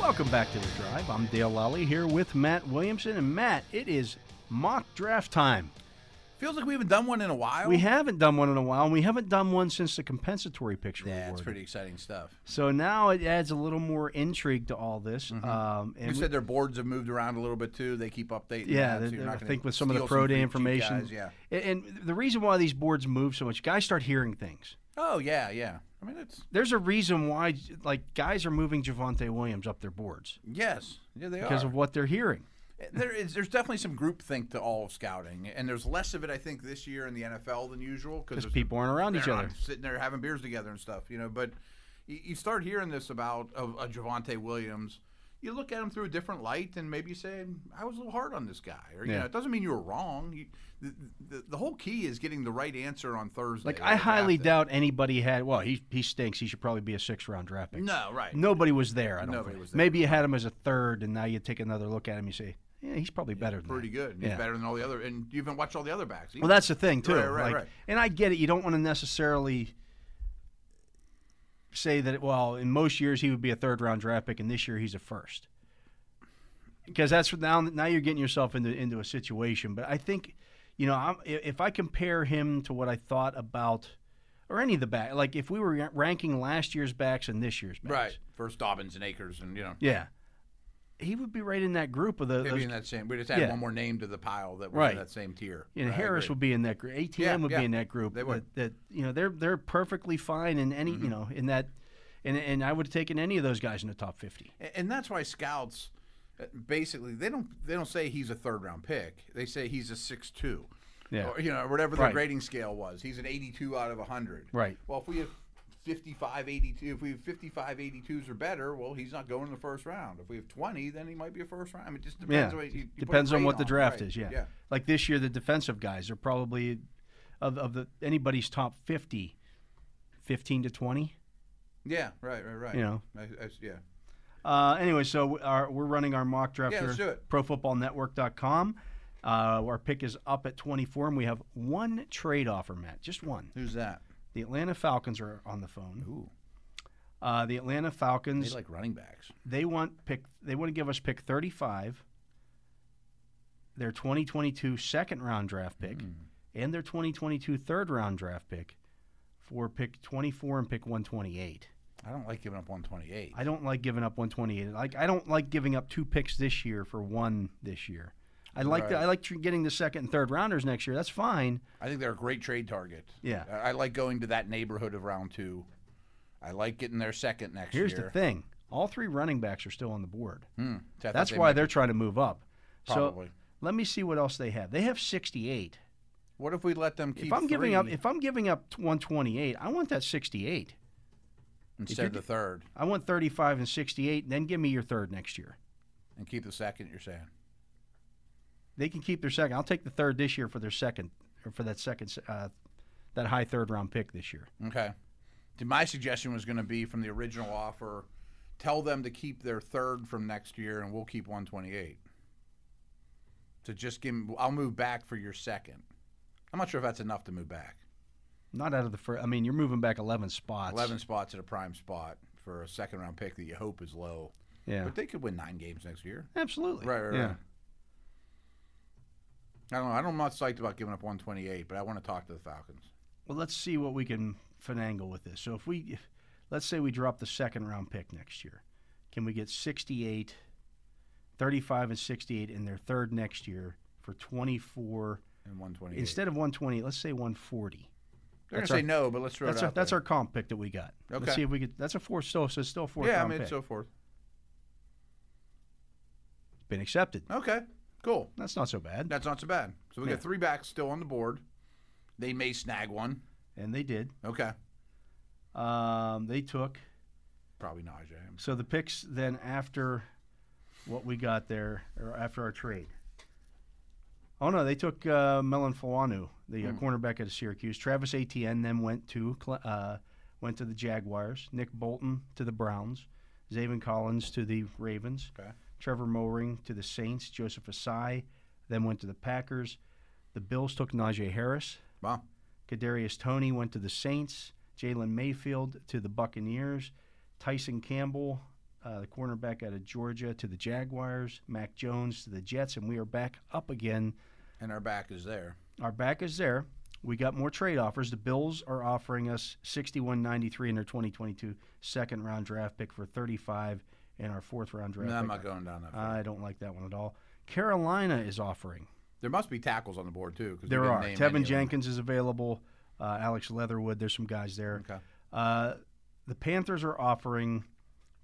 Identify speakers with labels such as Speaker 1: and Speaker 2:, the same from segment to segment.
Speaker 1: Welcome back to The Drive. I'm Dale Lally here with Matt Williamson. And Matt, it is mock draft time.
Speaker 2: Feels like we haven't done one in a while.
Speaker 1: We haven't done one in a while, and we haven't done one since the compensatory picture
Speaker 2: Yeah, it's
Speaker 1: award.
Speaker 2: pretty exciting stuff.
Speaker 1: So now it adds a little more intrigue to all this. Um,
Speaker 2: Mm-hmm. You
Speaker 1: and
Speaker 2: said their boards have moved around a little bit too. They keep updating.
Speaker 1: yeah,
Speaker 2: that,
Speaker 1: the-
Speaker 2: so you're
Speaker 1: the- I
Speaker 2: not gonna
Speaker 1: think with some of the
Speaker 2: steal
Speaker 1: pro day
Speaker 2: from cheap
Speaker 1: information.
Speaker 2: guys, yeah.
Speaker 1: And, and the reason why these boards move so much, guys start hearing things.
Speaker 2: Oh yeah, yeah. I mean, it's
Speaker 1: There's a reason why, like, guys are moving Javante Williams up their boards
Speaker 2: yes, yeah, they
Speaker 1: because
Speaker 2: are. Eh,
Speaker 1: of what they're hearing.
Speaker 2: there is there's definitely some groupthink to all of scouting, and there's less of it I think this year in the NFL than usual because
Speaker 1: Because people aren't around each
Speaker 2: they're
Speaker 1: other.
Speaker 2: not sitting there having beers together and stuff, you know. But you, you start hearing this about a, a Javante Williams. You look at him through a different light, and maybe you say, "I was a little hard on this guy." Or you
Speaker 1: Yeah.
Speaker 2: know, it doesn't mean you were wrong. You, the, the, the whole key is getting the right answer on Thursday.
Speaker 1: Like,
Speaker 2: or
Speaker 1: I
Speaker 2: the
Speaker 1: highly
Speaker 2: draft day.
Speaker 1: doubt anybody had. Well, he he stinks. He should probably be a six round draft pick.
Speaker 2: No, right?
Speaker 1: Nobody was there. I don't
Speaker 2: Nobody
Speaker 1: think.
Speaker 2: was there.
Speaker 1: Maybe you had him as a third, and now you take another look at him. You say, yeah, he's probably better. than
Speaker 2: pretty
Speaker 1: that.
Speaker 2: good. He's
Speaker 1: Yeah.
Speaker 2: better than all the other, and you even watch all the other backs.
Speaker 1: Well, that's the thing too.
Speaker 2: Right, right,
Speaker 1: like-
Speaker 2: right.
Speaker 1: And I get it. You don't want to necessarily say that. Well, in most years he would be a third round draft pick, and this year he's a first. Because that's what now. Now you're getting yourself into into a situation. But I think, you know, I'm, i- if I compare him to what I thought about, or any of the back, like if we were ranking last year's backs and this year's backs,
Speaker 2: right. First Dobbins and Akers, and you know,
Speaker 1: Yeah, he would be right in that group of the.
Speaker 2: maybe
Speaker 1: those-
Speaker 2: in that same. We just add
Speaker 1: yeah.
Speaker 2: one more name to the pile that was
Speaker 1: Right.
Speaker 2: in that same tier.
Speaker 1: you know,
Speaker 2: Right, I
Speaker 1: Harris
Speaker 2: agree.
Speaker 1: would be in that group. ATM
Speaker 2: Yeah,
Speaker 1: would
Speaker 2: yeah.
Speaker 1: be in that group.
Speaker 2: They would. Mm-hmm.
Speaker 1: That, that, you know they're they're perfectly fine in any you know in that, and and I would have taken any of those guys in the top fifty.
Speaker 2: A- and that's why scouts uh, basically they don't they don't say he's a third round pick. They say he's a six two,
Speaker 1: Yeah.
Speaker 2: or, you know whatever their
Speaker 1: Right.
Speaker 2: grading scale was. He's an eighty two out of hundred.
Speaker 1: Right.
Speaker 2: Well, if we have 55 82 if we have 55 82s or better well he's not going in the first round if we have 20 then he might be a first round I mean, it just
Speaker 1: Yeah,
Speaker 2: depends on what you, you put a
Speaker 1: depends on
Speaker 2: grade
Speaker 1: what the draft
Speaker 2: right.
Speaker 1: is. Yeah.
Speaker 2: yeah
Speaker 1: like this year the defensive guys are probably of of the anybody's top 50, 15 to twenty.
Speaker 2: yeah right right right
Speaker 1: You know.
Speaker 2: I, I- yeah
Speaker 1: Uh, anyway, so we- our, we're running our mock draft
Speaker 2: Yeah,
Speaker 1: here,
Speaker 2: let's do it.
Speaker 1: ProFootballNetwork.com. Uh, our pick is up at 24, and we have one trade offer, Matt. Just one.
Speaker 2: who's that
Speaker 1: The Atlanta Falcons are on the phone.
Speaker 2: Ooh.
Speaker 1: Uh, the Atlanta
Speaker 2: they
Speaker 1: Falcons they,
Speaker 2: like running backs
Speaker 1: want pick they want to give us pick 35, their 2022 second round draft pick,
Speaker 2: Hmm.
Speaker 1: and their 2022 third round draft pick for pick 24 and pick 128.
Speaker 2: I don't like giving up 128
Speaker 1: I don't like giving up 128. Like I don't like giving up two picks this year for one this year. I like the,
Speaker 2: Right.
Speaker 1: I like tr- getting the second and third rounders next year. That's fine.
Speaker 2: I think they're a great trade target.
Speaker 1: Yeah.
Speaker 2: I I like going to that neighborhood of round two. I like getting their second next
Speaker 1: Here's
Speaker 2: year.
Speaker 1: the thing. All three running backs are still on the board.
Speaker 2: Hmm. So I thought
Speaker 1: That's
Speaker 2: they
Speaker 1: why
Speaker 2: might-
Speaker 1: they're trying to move up. So
Speaker 2: Probably.
Speaker 1: let me see what else they have. They have 68.
Speaker 2: What if we let them keep?
Speaker 1: if I'm giving up
Speaker 2: three
Speaker 1: if I'm giving up 128, I want that 68.
Speaker 2: instead of
Speaker 1: you're-
Speaker 2: the third,
Speaker 1: I want 35 and 68 and then give me your third next year.
Speaker 2: and keep the second, you're saying?
Speaker 1: They can keep their second. I'll take the third this year for their second or for that second uh, that high third round pick this year.
Speaker 2: Okay. Did- My suggestion was going to be from the original offer, tell them to keep their third from next year, and we'll keep 128. So just give. 'em- I'll move back for your second. I'm not sure if that's enough to move back.
Speaker 1: Not out of the first. I mean, you're moving back 11 spots.
Speaker 2: 11 spots at a prime spot for a second round pick that you hope is low.
Speaker 1: Yeah.
Speaker 2: But they could win nine games next year.
Speaker 1: Absolutely.
Speaker 2: Right, right,
Speaker 1: yeah.
Speaker 2: right. I don't know. I don't- I'm not psyched about giving up 128, but I want to talk to the Falcons.
Speaker 1: Well, let's see what we can finagle with this. So if we, if, let's say we drop the second round pick next year, can we get 68, 35 and 68 in their third next year for 24
Speaker 2: And 128.
Speaker 1: instead of 120? Let's say 140.
Speaker 2: They're going
Speaker 1: that's
Speaker 2: to say
Speaker 1: our-
Speaker 2: no, but let's throw
Speaker 1: That's
Speaker 2: it
Speaker 1: our,
Speaker 2: out
Speaker 1: that's
Speaker 2: there.
Speaker 1: our comp pick that we got. Let's
Speaker 2: Okay.
Speaker 1: see if we could. That's a four still. So it's still a fourth
Speaker 2: Yeah, I
Speaker 1: round
Speaker 2: mean,
Speaker 1: pick.
Speaker 2: so forth.
Speaker 1: Been accepted.
Speaker 2: Okay, cool.
Speaker 1: That's not so bad.
Speaker 2: That's not so bad. So we
Speaker 1: Yeah.
Speaker 2: got three backs still on the board. They may snag one.
Speaker 1: And they did.
Speaker 2: Okay.
Speaker 1: Um, they took
Speaker 2: probably Najee.
Speaker 1: So the picks then after what we got there, or after our trade. Oh no, they took uh, Melon Fawanu, the
Speaker 2: Hmm.
Speaker 1: uh, cornerback out of Syracuse. Travis Etienne then went to Cle- uh, went to the Jaguars. Nick Bolton to the Browns. Zayvon Collins to the Ravens.
Speaker 2: Okay.
Speaker 1: Trevor Moring to the Saints. Joseph Asai then went to the Packers. The Bills took Najee Harris.
Speaker 2: Wow.
Speaker 1: Kadarius Tony went to the Saints. Jalen Mayfield to the Buccaneers. Tyson Campbell, uh, the cornerback out of Georgia, to the Jaguars. Mac Jones to the Jets, and we are back up again.
Speaker 2: And our back is there.
Speaker 1: Our back is there. We got more trade offers. The Bills are offering us 61.93 in their 2022 second round draft pick for 35 in our fourth round draft.
Speaker 2: No, I'm
Speaker 1: pick.
Speaker 2: not going down that. far.
Speaker 1: I don't like that one at all. Carolina is offering.
Speaker 2: there must be tackles on the board too. 'cause we
Speaker 1: There
Speaker 2: didn't
Speaker 1: are.
Speaker 2: name any
Speaker 1: Tevin
Speaker 2: of them.
Speaker 1: Jenkins is available. Uh, Alex Leatherwood. There's some guys there.
Speaker 2: Okay.
Speaker 1: Uh, the Panthers are offering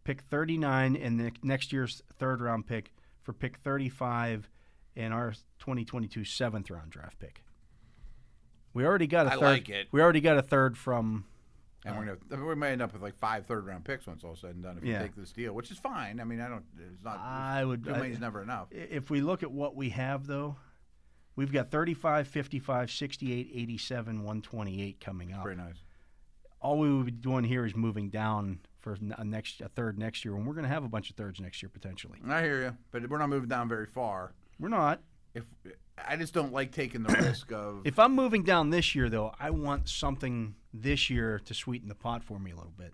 Speaker 1: pick 39 and the next year's third round pick for pick 35 in our 2022 seventh round draft pick. We already got a
Speaker 2: I
Speaker 1: third.
Speaker 2: like it.
Speaker 1: We already got a third from.
Speaker 2: And we're gonna, I mean, we may end up with like five third round picks when it's all said and done if
Speaker 1: Uh. Yeah.
Speaker 2: we take this deal, which is fine. I mean, I don't. It's not.
Speaker 1: I would.
Speaker 2: two
Speaker 1: I,
Speaker 2: million's never enough.
Speaker 1: if we look at what we have though, we've got 35, 55, 68, 87, 128 coming up.
Speaker 2: Pretty nice.
Speaker 1: all we would be doing here is moving down for n- a next a third next year, and we're going to have a bunch of thirds next year potentially.
Speaker 2: I hear you, but we're not moving down very far.
Speaker 1: We're not.
Speaker 2: If I just don't like taking the risk of
Speaker 1: If I'm moving down this year, though, I want something this year to sweeten the pot for me a little bit.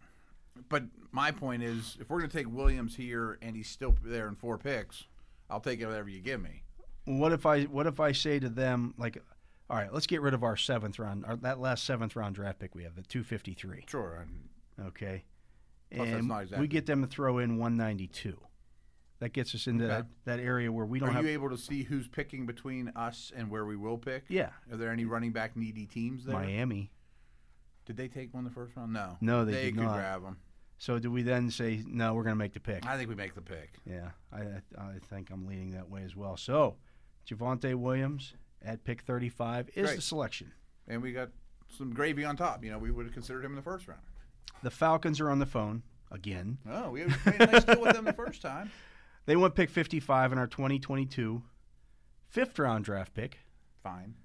Speaker 2: But my point is, if we're going to take Williams here and he's still there in four picks, I'll take it whatever you give me.
Speaker 1: What if I what if I say to them like, all right, let's get rid of our seventh round, our, that last seventh round draft pick we have, the 253.
Speaker 2: Sure. and
Speaker 1: Okay,
Speaker 2: Plus, that's
Speaker 1: and
Speaker 2: not
Speaker 1: we
Speaker 2: exactly-
Speaker 1: get them to throw in 192. That gets us into
Speaker 2: Okay.
Speaker 1: that, that area where we don't
Speaker 2: Are
Speaker 1: have.
Speaker 2: you able to see who's picking between us and where we will pick?
Speaker 1: yeah,
Speaker 2: Are there any running back needy teams there?
Speaker 1: Miami.
Speaker 2: Did they take one the first round? No.
Speaker 1: No, they did
Speaker 2: could
Speaker 1: not.
Speaker 2: grab him.
Speaker 1: So do we then say no? We're going to make the pick.
Speaker 2: I think we make the pick.
Speaker 1: Yeah, I, I I think I'm leaning that way as well. So, Javante Williams at pick 35 is the
Speaker 2: Great.
Speaker 1: selection.
Speaker 2: And we got some gravy on top. You know, we would have considered him in the first round.
Speaker 1: The Falcons are on the phone again.
Speaker 2: Oh, we made a nice deal with them the first time.
Speaker 1: They went pick 55 in our 2022 fifth round draft pick
Speaker 2: Fine.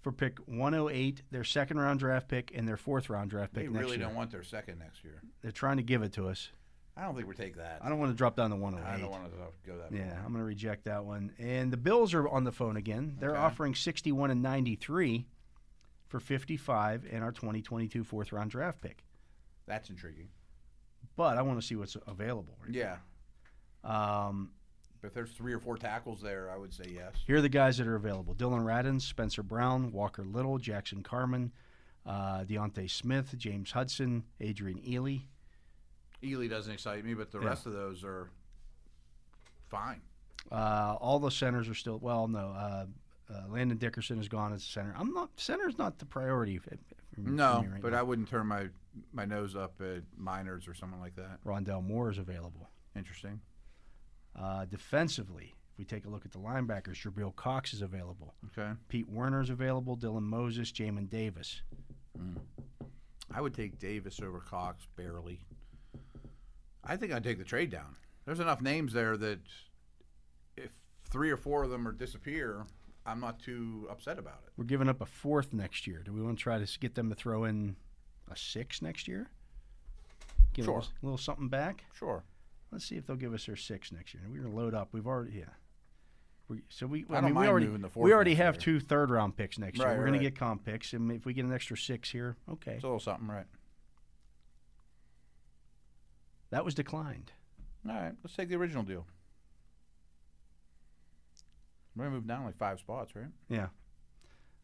Speaker 1: for pick 108, their second round draft pick, and their fourth round draft pick
Speaker 2: They
Speaker 1: next
Speaker 2: really
Speaker 1: year.
Speaker 2: don't want their second next year.
Speaker 1: They're trying to give it to us.
Speaker 2: I don't think we take that.
Speaker 1: I don't want to drop down to
Speaker 2: I
Speaker 1: 108.
Speaker 2: don't want to oh go that far.
Speaker 1: yeah, I'm going to reject that one. And the Bills are on the phone again. They're
Speaker 2: Okay.
Speaker 1: offering 61 and 93 for 55 in our 2022 fourth round draft pick.
Speaker 2: That's intriguing.
Speaker 1: but I want to see what's available.
Speaker 2: Yeah.
Speaker 1: Um,
Speaker 2: But if there's three or four tackles there, I would say yes.
Speaker 1: here are the guys that are available: Dylan Radins, Spencer Brown, Walker Little, Jackson Carmen, uh, Deontay Smith, James Hudson, Adrian Ealy.
Speaker 2: Ely doesn't excite me, but the
Speaker 1: Yeah.
Speaker 2: rest of those are fine.
Speaker 1: Uh, all the centers are still well. No, uh, uh, Landon Dickerson is gone as a center. I'm not center's not the priority. f- For me,
Speaker 2: No,
Speaker 1: for me right
Speaker 2: but
Speaker 1: now.
Speaker 2: Mm, I wouldn't turn my my nose up at minors or someone like that.
Speaker 1: Rondell Moore is available.
Speaker 2: Interesting.
Speaker 1: Uh, defensively, if we take a look at the linebackers, Jabril Cox is available.
Speaker 2: Okay,
Speaker 1: Pete Werner is available. Dylan Moses, Jamin Davis.
Speaker 2: I would take Davis over Cox barely. I think I'd take the trade down. There's enough names there that if three or four of them are disappear, I'm not too upset about it.
Speaker 1: We're giving up a fourth next year. Do we want to try to s- get them to throw in a six next year? Give
Speaker 2: Sure.
Speaker 1: a little, little something back.
Speaker 2: Sure.
Speaker 1: Let's see if they'll give us their six next year. We're gonna load up. We've already yeah. We, so we, I, mean,
Speaker 2: don't
Speaker 1: we
Speaker 2: mind
Speaker 1: already
Speaker 2: moving the fourth
Speaker 1: we already
Speaker 2: next
Speaker 1: have
Speaker 2: year.
Speaker 1: two third round picks next year.
Speaker 2: Right,
Speaker 1: We're gonna
Speaker 2: right.
Speaker 1: get comp picks, and if we get an extra six here, okay,
Speaker 2: It's a little something, right?
Speaker 1: that was declined.
Speaker 2: All right, let's take the original deal. We're gonna move down like five spots, right?
Speaker 1: Yeah.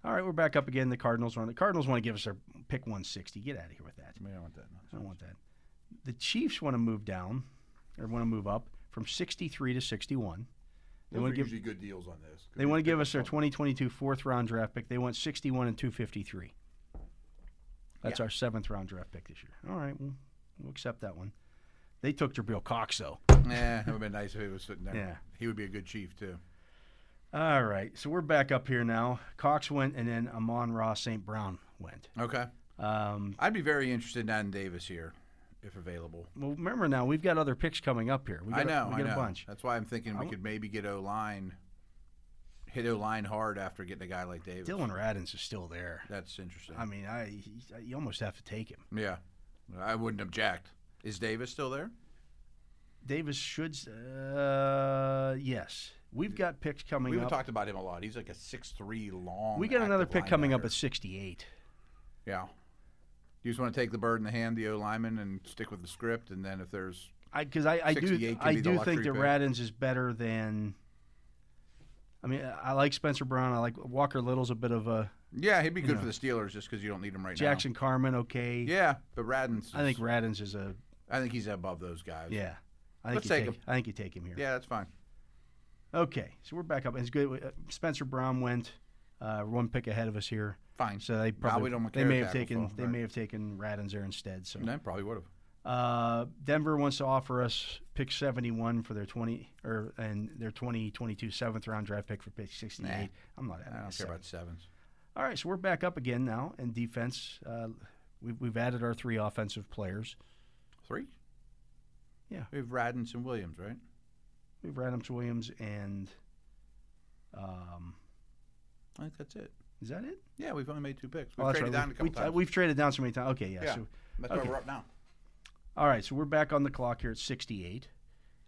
Speaker 1: All right, we're back up again. The Cardinals want the Cardinals want to give us their pick 160. Get out of here with that.
Speaker 2: I mean, I want that.
Speaker 1: I don't want that. The Chiefs want to move down, or want to move up from 63 to 61. They
Speaker 2: Those
Speaker 1: want
Speaker 2: are
Speaker 1: to give
Speaker 2: usually good deals on this. 'cause
Speaker 1: they
Speaker 2: you
Speaker 1: want to
Speaker 2: pick
Speaker 1: give
Speaker 2: up
Speaker 1: us their
Speaker 2: something.
Speaker 1: 2022 fourth round draft pick. They want 61 and 253. That's our seventh round draft pick this year. All right, well, we'll accept that one. They took Jabril Cox though.
Speaker 2: Yeah, it would have been nice if he was sitting there.
Speaker 1: Yeah.
Speaker 2: He would be a good chief, too.
Speaker 1: All right, so we're back up here now. Cox went, and then Amon Ross St. Brown went.
Speaker 2: Okay.
Speaker 1: Um,
Speaker 2: I'd be very interested in Adam Davis here. if available.
Speaker 1: Well, remember now we've got other picks coming up here. We got
Speaker 2: I know.
Speaker 1: a, we got
Speaker 2: I know.
Speaker 1: a bunch.
Speaker 2: That's why I'm thinking we could maybe get O line, hit O line hard after getting a guy like Davis.
Speaker 1: Dylan Radins is still there.
Speaker 2: That's interesting.
Speaker 1: I mean, I he- you almost have to take him.
Speaker 2: yeah, I wouldn't object. Is Davis still there?
Speaker 1: Davis should. s- Uh, yes, we've got picks coming
Speaker 2: We've
Speaker 1: up.
Speaker 2: talked about him a lot. He's like a six three long.
Speaker 1: we got another
Speaker 2: active
Speaker 1: pick coming up
Speaker 2: linebacker.
Speaker 1: at 68.
Speaker 2: Yeah. You just want to take the bird in the hand, the O lineman, and stick with the script, and then if there's
Speaker 1: I because I, I
Speaker 2: 68
Speaker 1: do
Speaker 2: could
Speaker 1: I
Speaker 2: be the
Speaker 1: do think
Speaker 2: luxury
Speaker 1: that
Speaker 2: pick.
Speaker 1: Radins is better than. I mean, I like Spencer Brown. I like Walker Little's a bit of a
Speaker 2: yeah, he'd be good
Speaker 1: know.
Speaker 2: for the Steelers just because you don't need him right
Speaker 1: Jackson Carmen. Okay,
Speaker 2: now. Yeah, but Radins.
Speaker 1: I think
Speaker 2: is-
Speaker 1: Radins is a
Speaker 2: I think he's above those guys.
Speaker 1: yeah. I think
Speaker 2: Let's
Speaker 1: you
Speaker 2: take
Speaker 1: take,
Speaker 2: him.
Speaker 1: I think you take him here.
Speaker 2: yeah, that's fine.
Speaker 1: Okay, so we're back up. It's good. uh, Spencer Brown went uh, one pick ahead of us here,
Speaker 2: Fine.
Speaker 1: so they
Speaker 2: we
Speaker 1: probably
Speaker 2: don't want
Speaker 1: they may
Speaker 2: carrot
Speaker 1: have
Speaker 2: tackles,
Speaker 1: taken
Speaker 2: though,
Speaker 1: they
Speaker 2: right.
Speaker 1: may have taken Radins there instead. So
Speaker 2: No, probably would have.
Speaker 1: uh, Denver wants to offer us pick 71 for their 20 or and their 2022 seventh round draft pick for pick 68.
Speaker 2: Nah,
Speaker 1: I'm not
Speaker 2: I
Speaker 1: having
Speaker 2: don't
Speaker 1: this.
Speaker 2: care about sevens.
Speaker 1: All right, so we're back up again now in defense. Uh, we've, we've added our three offensive players.
Speaker 2: Three?
Speaker 1: Yeah.
Speaker 2: We have Radins and Williams, right?
Speaker 1: We've Adams Williams and um,
Speaker 2: I think that's it.
Speaker 1: is that it?
Speaker 2: Yeah, we've only made two picks. We've
Speaker 1: Oh, that's
Speaker 2: traded
Speaker 1: right.
Speaker 2: down a couple
Speaker 1: we,
Speaker 2: times.
Speaker 1: have traded down so many times. Okay, yeah.
Speaker 2: Yeah.
Speaker 1: So,
Speaker 2: that's
Speaker 1: okay.
Speaker 2: why we're up now.
Speaker 1: all right, so we're back on the clock here at 68.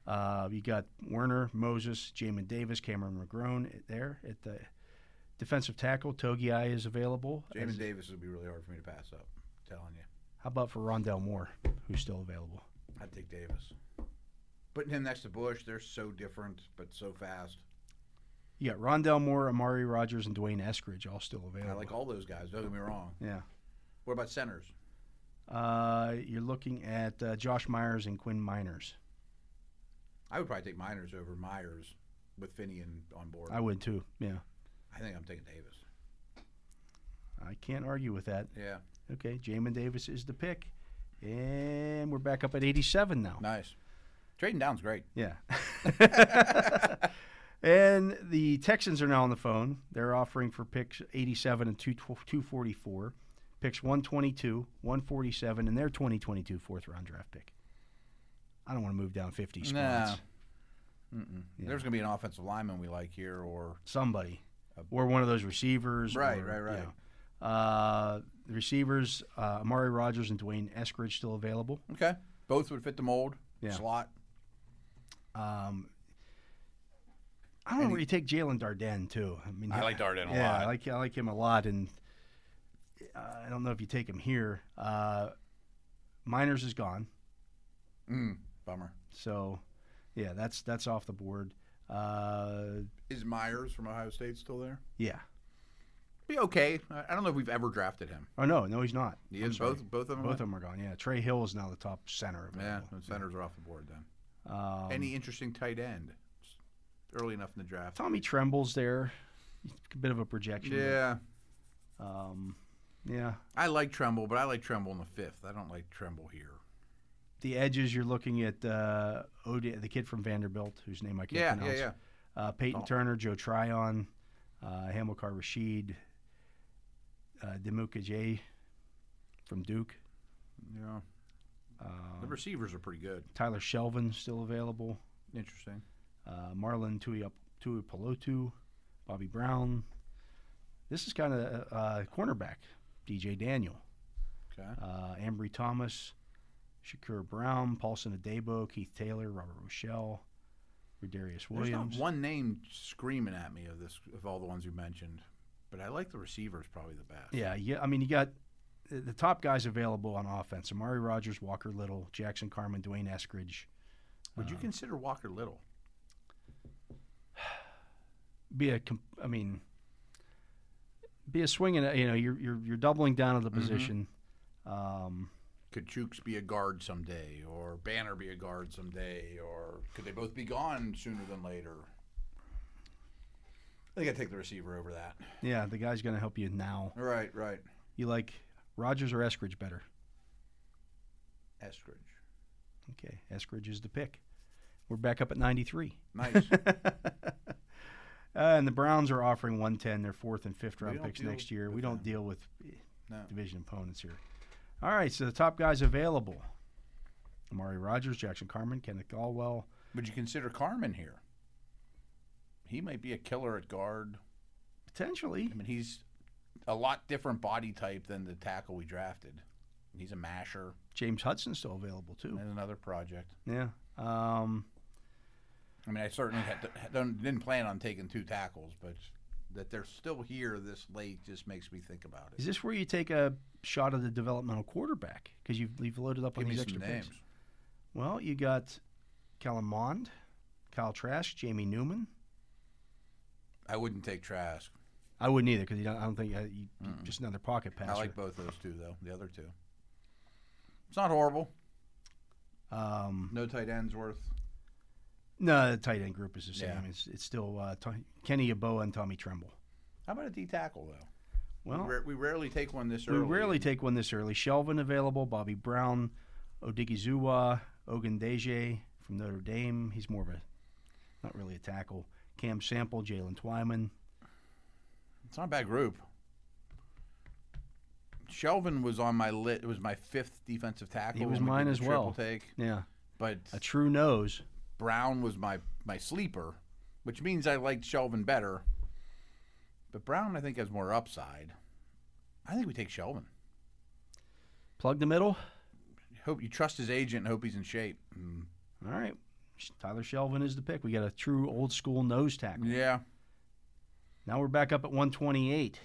Speaker 1: Uh, you got Werner, Moses, Jamin Davis, Cameron McGrone at- there at the defensive tackle. Togiai is available.
Speaker 2: Jamin
Speaker 1: As-
Speaker 2: Davis would be really hard for me to pass up. I'm telling you.
Speaker 1: How about for Rondell Moore, who's still available?
Speaker 2: I'd take Davis. Putting him next to Bush, they're so different, but so fast.
Speaker 1: You got Rondell Moore, Amari Rogers, and Dwayne Eskridge all still
Speaker 2: And
Speaker 1: available.
Speaker 2: I like all those guys. Don't get me wrong.
Speaker 1: yeah.
Speaker 2: What about centers?
Speaker 1: Uh, you're looking at uh, Josh Myers and Quinn Miners.
Speaker 2: I would probably take Miners over Myers with Finian on board.
Speaker 1: I
Speaker 2: I
Speaker 1: would too. Yeah,
Speaker 2: think I'm taking Davis.
Speaker 1: I can't argue with that.
Speaker 2: Yeah.
Speaker 1: Okay, Jamin Davis is the pick, and we're back up at 87 now.
Speaker 2: Nice. Trading down's great.
Speaker 1: Yeah. and the Texans are now on the phone. They're offering for picks 87 and 2 244, picks 122, 147, and their 2022 fourth round draft pick. I don't want to move down 50 spots.
Speaker 2: Nah. Mm-mm.
Speaker 1: Yeah.
Speaker 2: There's going to be an offensive lineman we like here, or
Speaker 1: Somebody.
Speaker 2: A-
Speaker 1: Or one of those receivers.
Speaker 2: Uh, Right,
Speaker 1: or,
Speaker 2: right, right.
Speaker 1: yeah. Uh, the receivers, uh, Amari Rogers and Dwayne Eskridge still available.
Speaker 2: okay, both would fit the mold.
Speaker 1: Yeah.
Speaker 2: Slot.
Speaker 1: Um, I don't know
Speaker 2: And
Speaker 1: where you take Jalen Darden too. I mean,
Speaker 2: I like Darden a
Speaker 1: yeah, I
Speaker 2: lot.
Speaker 1: like I like him a lot, and uh, I don't know if you take him here. Uh, Miners is gone,
Speaker 2: Mm, bummer.
Speaker 1: so yeah, that's that's off the board. Uh,
Speaker 2: Is Myers from Ohio State still there?
Speaker 1: yeah.
Speaker 2: Be okay. I I don't know if we've ever drafted him.
Speaker 1: Oh no, no, he's not.
Speaker 2: He
Speaker 1: I'm
Speaker 2: is
Speaker 1: sorry.
Speaker 2: both. Both of them.
Speaker 1: Both of them are gone. Yeah, Trey Hill is now the top center
Speaker 2: Yeah,
Speaker 1: available.
Speaker 2: the centers are off the board then.
Speaker 1: Um,
Speaker 2: Any interesting tight end? It's Early enough in the draft.
Speaker 1: Tommy Tremble's there. A bit of a projection. but,
Speaker 2: Yeah,
Speaker 1: Um, yeah.
Speaker 2: I like Tremble, but I like Tremble in the fifth. I don't like Tremble here.
Speaker 1: the edges you're looking at uh, Ode- the kid from Vanderbilt, whose name I can't
Speaker 2: Yeah, yeah,
Speaker 1: pronounce.
Speaker 2: yeah.
Speaker 1: Uh, Peyton
Speaker 2: Oh.
Speaker 1: Turner, Joe Tryon, uh, Hamilcar Rashid, uh, Demuka J from Duke,
Speaker 2: Yeah. The
Speaker 1: um,
Speaker 2: receivers are pretty good.
Speaker 1: Tyler Shelvin still available,
Speaker 2: Interesting.
Speaker 1: uh, Marlon Tuiap- Tuipulotu, Bobby Brown. This is kind of uh, cornerback, DJ Daniel,
Speaker 2: Okay.
Speaker 1: uh, Ambry Thomas, Shakur Brown, Paulson Adebo, Keith Taylor, Robert Rochelle, Darius
Speaker 2: There's
Speaker 1: Williams.
Speaker 2: not one name screaming at me of this of all the ones you mentioned, but I like the receivers probably the best.
Speaker 1: Yeah, yeah. I mean, you got the the top guys available on offense: Amari Rogers, Walker Little, Jackson Carmen, Dwayne Eskridge.
Speaker 2: Would you
Speaker 1: Um,
Speaker 2: consider Walker Little?
Speaker 1: be a, com- I mean, be a swinging. You know, you're you're you're doubling down at
Speaker 2: Mm-hmm.
Speaker 1: the position. Um,
Speaker 2: Could Chooks be a guard someday, or Banner be a guard someday, or could they both be gone sooner than later? I think I take the receiver over that.
Speaker 1: yeah, the guy's going to help you now.
Speaker 2: Right, right.
Speaker 1: You like Rogers or Eskridge better?
Speaker 2: Eskridge.
Speaker 1: Okay, Eskridge is the pick. We're back up at 93.
Speaker 2: Nice.
Speaker 1: Uh, and the Browns are offering 110, their fourth and fifth round
Speaker 2: don't
Speaker 1: picks
Speaker 2: deal
Speaker 1: next year. We
Speaker 2: with
Speaker 1: don't
Speaker 2: them.
Speaker 1: deal with eh,
Speaker 2: No.
Speaker 1: division opponents here. All right, so the top guys available Amari Rogers, Jackson Carmen, Kenneth Galwell.
Speaker 2: Would you consider Carmen here? He might be a killer at guard.
Speaker 1: Potentially,
Speaker 2: I mean, he's a lot different body type than the tackle we drafted. He's a masher.
Speaker 1: James Hudson's still available too.
Speaker 2: That's another project.
Speaker 1: Yeah. Um,
Speaker 2: I mean, I certainly had to, had- done- didn't plan on taking two tackles, but that they're still here this late just makes me think about
Speaker 1: is
Speaker 2: it.
Speaker 1: this where you take a shot at the developmental quarterback because you've, you've loaded up on
Speaker 2: Give me
Speaker 1: these
Speaker 2: some
Speaker 1: extra
Speaker 2: names.
Speaker 1: picks? Well, you got Callum Mond, Kyle Trask, Jamie Newman.
Speaker 2: I wouldn't take Trask.
Speaker 1: I wouldn't either because I don't think uh you, just another pocket passer.
Speaker 2: I like both those two though. The other two. It's not horrible.
Speaker 1: um,
Speaker 2: No tight ends worth.
Speaker 1: no, the tight end group is the same.
Speaker 2: Yeah.
Speaker 1: It's, it's still uh, Tony, Kenny Aboa and Tommy Tremble.
Speaker 2: How about a D tackle though?
Speaker 1: Well,
Speaker 2: We, ra- we rarely take one this
Speaker 1: We
Speaker 2: early.
Speaker 1: rarely take one this early. Shelvin available, Bobby Brown, Odigizuwa, Ogundeje from Notre Dame. He's more of a not really a tackle. Cam Sample, Jalen Twyman.
Speaker 2: It's not a bad group. Shelvin was on my lit. It was my fifth defensive tackle.
Speaker 1: was
Speaker 2: when we did
Speaker 1: mine
Speaker 2: the
Speaker 1: as well.
Speaker 2: triple Take,
Speaker 1: Yeah,
Speaker 2: but
Speaker 1: a true nose.
Speaker 2: Brown was my my sleeper, which means I liked Shelvin better. But Brown, I think, has more upside. I think we take Shelvin.
Speaker 1: Plug the middle.
Speaker 2: Hope you trust his agent. and Hope he's in shape. Mm.
Speaker 1: All right, Tyler Shelvin is the pick. We got a true old school nose tackle.
Speaker 2: Yeah.
Speaker 1: Now we're back up at 128,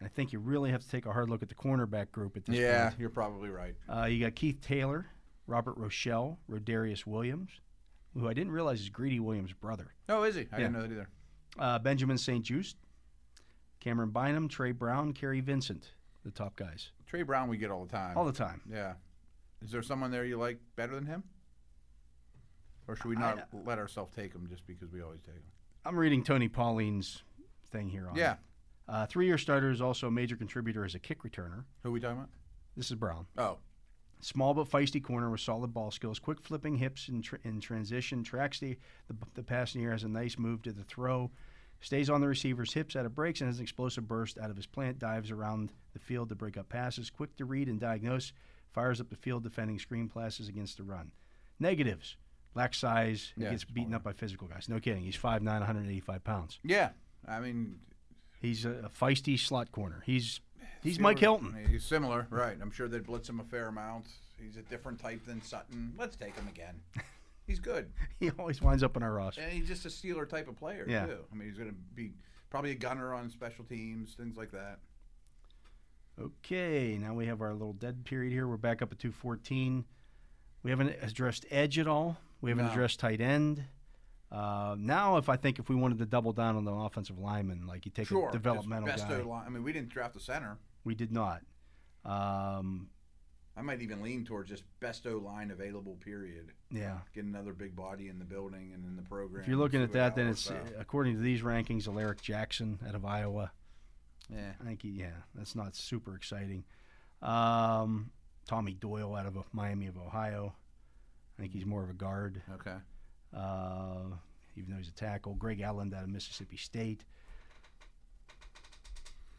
Speaker 1: and I think you really have to take a hard look at the cornerback group at this
Speaker 2: yeah,
Speaker 1: point.
Speaker 2: you're probably right.
Speaker 1: Uh, you got Keith Taylor, Robert Rochelle, Rodarius Williams, who I didn't realize is Greedy Williams' brother.
Speaker 2: No, is he? I didn't
Speaker 1: Yeah.
Speaker 2: know that either.
Speaker 1: uh, Benjamin St. Just, Cameron Bynum, Trey Brown, Kerry Vincent, the top guys
Speaker 2: Trey Brown we get all the time.
Speaker 1: all the time.
Speaker 2: yeah. Is there someone there you like better than him? Or should we not let ourselves take him just because we always take him?
Speaker 1: I'm reading Tony Pauline's thing here on.
Speaker 2: Yeah.
Speaker 1: it. Uh, three-year starter is also a major contributor as a kick returner.
Speaker 2: Who are we talking
Speaker 1: This is Brown.
Speaker 2: about?
Speaker 1: Small but feisty corner with solid ball skills, quick flipping hips in, tr- in transition, tracks the, the, the pass near, has a nice move to the throw, stays on the receiver's hips out of breaks, and has an explosive burst out of his plant, dives around the field to break up passes, quick to read and diagnose, fires up the field defending screen passes against the run. Negatives. Lack size, and
Speaker 2: Yeah,
Speaker 1: gets
Speaker 2: it's
Speaker 1: beaten up by physical guys. No kidding. He's 5'9", 185 pounds.
Speaker 2: Oh. Yeah. I mean,
Speaker 1: He's a, a feisty slot corner. He's he's
Speaker 2: Fewer-
Speaker 1: Mike Hilton.
Speaker 2: He's similar, right? I'm sure they'd blitz him a fair amount. He's a different type than Sutton. Let's take him again. He's good,
Speaker 1: He always winds up on our roster.
Speaker 2: and he's just a Steeler type of player
Speaker 1: Yeah.
Speaker 2: too. I mean, he's going to be probably a gunner on special teams, things like that.
Speaker 1: Okay, now we have our little dead period here. We're back up at 214. We haven't addressed edge at all. We haven't
Speaker 2: No.
Speaker 1: addressed tight end. Uh, now, if I think if we wanted to double down on the offensive lineman, like you take
Speaker 2: Sure,
Speaker 1: a
Speaker 2: just
Speaker 1: developmental
Speaker 2: best
Speaker 1: guy,
Speaker 2: O line- I mean, we didn't draft a center.
Speaker 1: we did not. Um,
Speaker 2: I might even lean towards just best O line available. Period.
Speaker 1: yeah.
Speaker 2: Get another big body in the building and in the program.
Speaker 1: If you're looking
Speaker 2: see
Speaker 1: at
Speaker 2: what
Speaker 1: that, then
Speaker 2: works
Speaker 1: it's uh,
Speaker 2: out.
Speaker 1: according to these rankings, Alaric Jackson out of Iowa.
Speaker 2: yeah.
Speaker 1: I think, he, yeah, that's not super exciting. Um, Tommy Doyle out of uh, Miami of Ohio. I think he's more of a guard.
Speaker 2: Okay.
Speaker 1: uh, even though he's a tackle. Greg Allen out of Mississippi State.